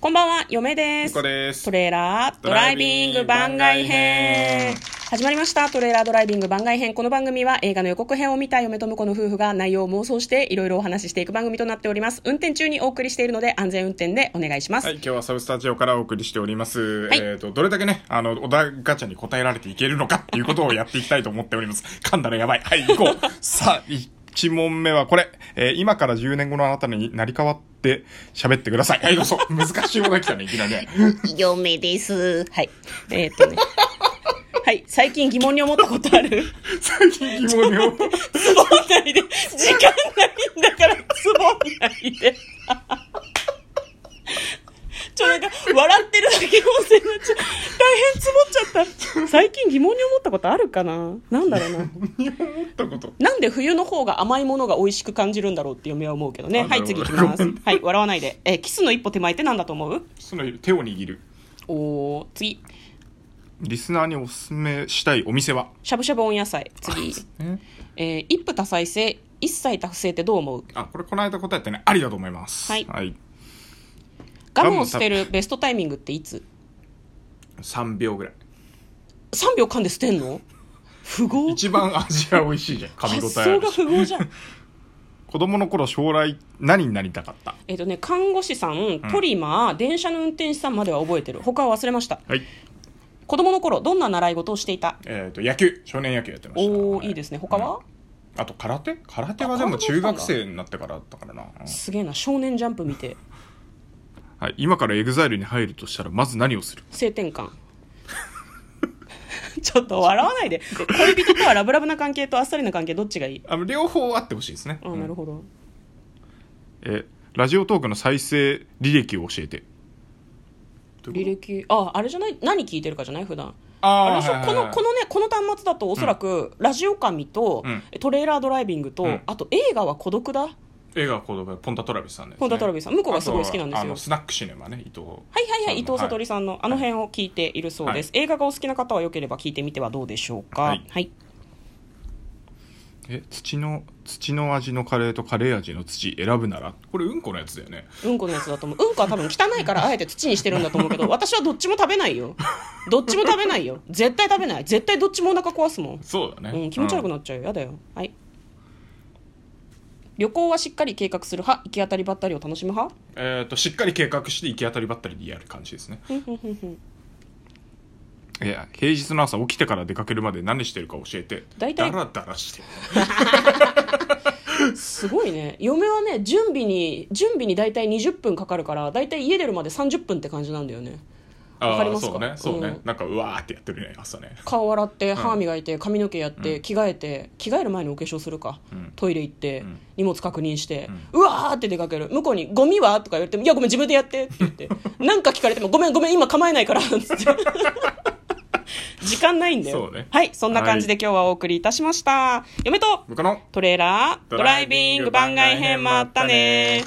こんばんは、嫁です。ゆっこですトレーラードライビング番外編。始まりました。トレーラードライビング番外編。この番組は映画の予告編を見た嫁と婿の夫婦が内容を妄想していろいろお話ししていく番組となっております。運転中にお送りしているので安全運転でお願いします。はい、今日はサブスタジオからお送りしております。はいえっ、と、どれだけね、あの、小田ガチャに答えられていけるのかっていうことをやっていきたいと思っております。 噛んだらやばい。はい、行こう。 さあ、1問目はこれ。えー今から10年後のあなたになり変わって喋ってください。はい、ど うぞ。難しいものが来たね、いきなり ね。嫁です。はい。えーっとね。はい。最近疑問に思ったことある最近疑問に思う。つぼんないで。時間ないんだから、つぼんないで。ちょ、なんか、笑ってるだけ音声になっちゃう。大変つぼっちゃった。最近疑問に思ったことあるかななんだろうな。疑問に思ったこと。なんで冬の方が甘いものが美味しく感じるんだろうって嫁は思うけどね。あはい、なる次ほいどきます。はい、笑わないで。えーキスの一歩手前ってなんだと思うその手を握る。おー、次。リスナーにおすすめしたいお店はしゃぶしゃぶ温野菜。次。えー一夫多妻制、一妻多夫制ってどう思うあ、これこの間答えてね、ありだと思います。はいはい。ガムを捨てるベストタイミングっていつ3秒ぐらい。 3秒噛んで捨てんの不合一番味が美味しいじゃん。噛み応発えあ想るがし。不合じ ゃん子供の頃将来何になりたかったえっとね看護師さんトリマー、電車の運転手さんまでは覚えてる他は忘れましたはい。子供の頃どんな習い事をしていたえっ、と、野球、少年野球やってました。おおはいいですね他は、あと、空手空手はでもあ空手中だったん学だ生になってからだったからな。すげえな少年ジャンプ見てはい。今からエグザイルに入るとしたら、まず何をする性転換 ちょっと笑わないで恋人とはラブラブな関係とあっさりな関係どっちがいいあの、両方あってほしいですね。あなるほどえーラジオトークの再生履歴を教えて。履歴ああれじゃない何聞いてるかじゃない普段あーあれでしょはいはいこはいのこのねこの端末だとおそらく、ラジオ神と、うんトレーラードライビングと、うんあと映画は孤独だはい映画は子供、ポンタトラビスさんです、ね。ポンタトラビスさん向こうがすごい好きなんですよあとはあの、スナックシネマね、伊藤。ははいはい伊藤さとりさんの、あの辺を聞いているそうです、映画がお好きな方はよければ聞いてみてはどうでしょうかははいい、はい、え土の土の味のカレーとカレー味の土選ぶならこれうんこのやつだよねうんこのやつだと思ううんこは多分汚い からあえて土にしてるんだと思うけど私はどっちも食べないよどっちも食べないよ絶対食べない絶対どっちもお腹壊すもんそうだねうん、気持ち悪くななっちゃうよ、やだよはい旅行はしっかり計画する派行き当たりばったりを楽しむ派えっ、としっかり計画して行き当たりばったりでやる感じですねいや平日の朝起きてから出かけるまで何してるか教えて大体ダラダラしてるすごいね嫁はね準備に準備に大体20分かかるから大体家出るまで30分って感じなんだよねあーわかりますかそうねそうね、うんなんかうわーってやってるね朝ね顔洗って歯磨いて髪の毛やって、着替えて着替える前にお化粧するか、んトイレ行って、ん荷物確認して、うわーって出かける向こうに「ゴミは?」とか言われても「いやごめん自分でやって」って言 って何か聞かれても「ごめんごめん今構えないから」 つって時間ないんだよそうねはいそんな感じで今日はお送りいたしました、嫁と僕のトレーラードライビング番外編もあったね